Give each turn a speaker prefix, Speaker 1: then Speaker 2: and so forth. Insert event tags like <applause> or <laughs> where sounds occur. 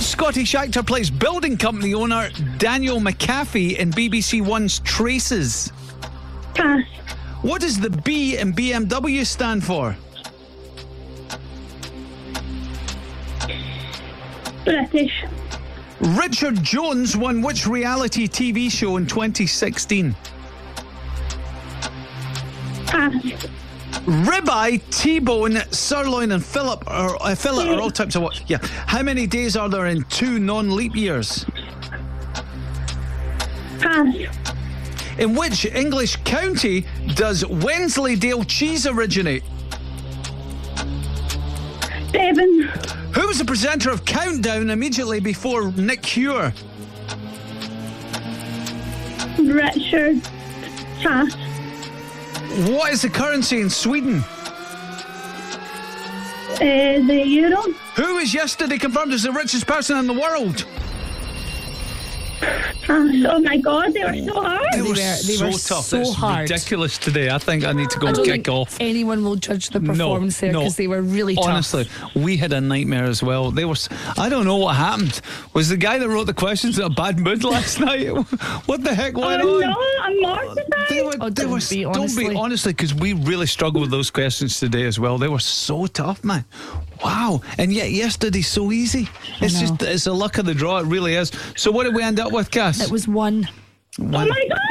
Speaker 1: Scottish actor plays building company owner Daniel McAfee in BBC One's Traces?
Speaker 2: Pass.
Speaker 1: What does the B in BMW stand for?
Speaker 2: British.
Speaker 1: Richard Jones won which reality TV show in 2016?
Speaker 2: Pass.
Speaker 1: Ribeye, T-bone, sirloin, and Philip are uh, fillet are all types of what? Yeah. How many days are there in two non-leap years?
Speaker 2: Pass.
Speaker 1: In which English county does Wensleydale cheese originate?
Speaker 2: Devon.
Speaker 1: Who was the presenter of Countdown immediately before Nick Hure?
Speaker 2: Richard. Pass.
Speaker 1: What is the currency in Sweden?
Speaker 2: Uh, the Euro.
Speaker 1: Who was yesterday confirmed as the richest person in the world?
Speaker 2: Pass. Oh my God, they were so
Speaker 1: They
Speaker 2: hard.
Speaker 1: were,
Speaker 3: were- they
Speaker 1: so
Speaker 3: were
Speaker 1: tough.
Speaker 3: so
Speaker 1: it's
Speaker 3: hard.
Speaker 1: ridiculous today. I think I need to go
Speaker 3: I
Speaker 1: and
Speaker 3: don't
Speaker 1: kick
Speaker 3: think
Speaker 1: off.
Speaker 3: anyone will judge the performance there because they were really tough.
Speaker 1: honestly we had a nightmare as well they were s- i don't know what happened was the guy that wrote the questions in a bad mood <laughs> last night what the heck went
Speaker 2: Oh
Speaker 1: on
Speaker 2: no, I'm mortified.
Speaker 1: They were,
Speaker 3: Oh,
Speaker 1: they
Speaker 3: don't
Speaker 1: were,
Speaker 3: be,
Speaker 1: don't be
Speaker 3: honestly.
Speaker 1: honestly, because we really struggled with those questions today as well. They were so tough, man. Wow. And yet yesterday so easy. It's
Speaker 3: know.
Speaker 1: just it's the luck of the draw, it really is. So what did we end up with, Cass?
Speaker 3: It was one.
Speaker 2: Oh my God.